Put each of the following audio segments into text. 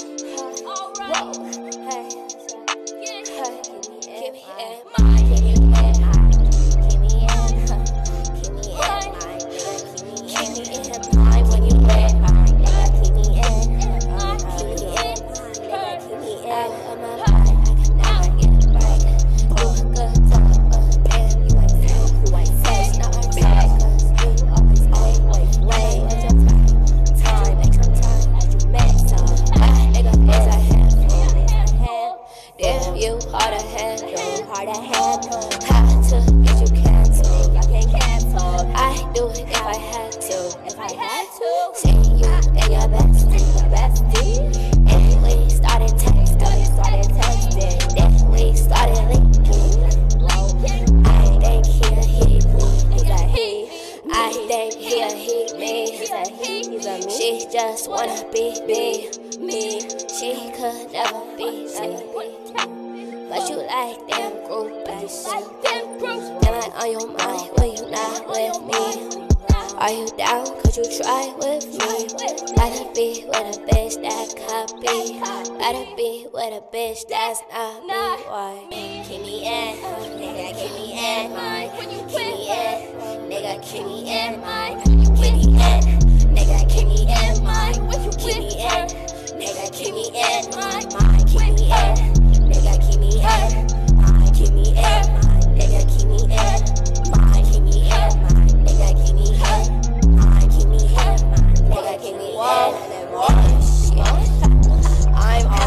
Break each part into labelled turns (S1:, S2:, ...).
S1: Whoa. Hey, hey, give me in my, give me in my, give me in, huh, give me in my, give me in my when you wet my, nigga, give me in, uh, give me in, nigga, give me in, I'm a vibe, I can never get it right. You a good time, but damn, you ain't tell who I say, now I tell, 'cause you always late, always late, and your time time, extra time that you met time. My nigga is a handful. Damn, you hard to handle, hard to handle. How to get you canceled? I can't cancel. I do it if I had to, if I had to. See you and your bestie, your bestie. And we started texting, we started texting. Then we started linking. I think he'll hit me, he's a he. I think he'll hit me, he's a he. He's a me. She just wanna be me, me. She could never be me. But you like them groupies. Am I on your mind when you not with me? Are you down? Could you try with me? Gotta be with a bitch that copy. Gotta be with a bitch that's not me. Why? Keep me in, nigga. Keep me in, my. Keep me in, nigga. Keep me in, my. Keep me in, nigga. Keep me in, my. Keep me in, nigga. Keep me in, my. My. Keep me in, nigga. Keep me in, my. Keep me in, my. Nigga. Keep me in, my. Keep me in, my. Nigga, give me head. I give me head. Nigga, give me head. I'm on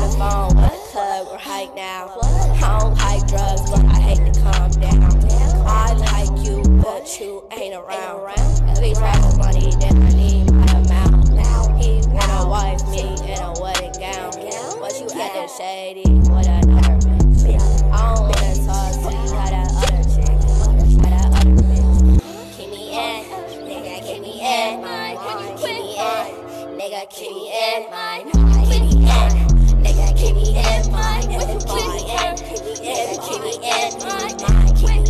S1: the phone with the club. We're high now. I don't like drugs, but I hate to calm down. I like you, but you ain't around. If he travel money, then I need my amount. He wanna wife me in a wedding gown. But you acting shady. What a nerve. I don't wanna talk to you. How that other chick. How that other bitch. Keep me in, nigga, keep me in my Keep me in, nigga, keep me in my Keep me in, nigga, keep me in my Keep me in, keep me in my Keep me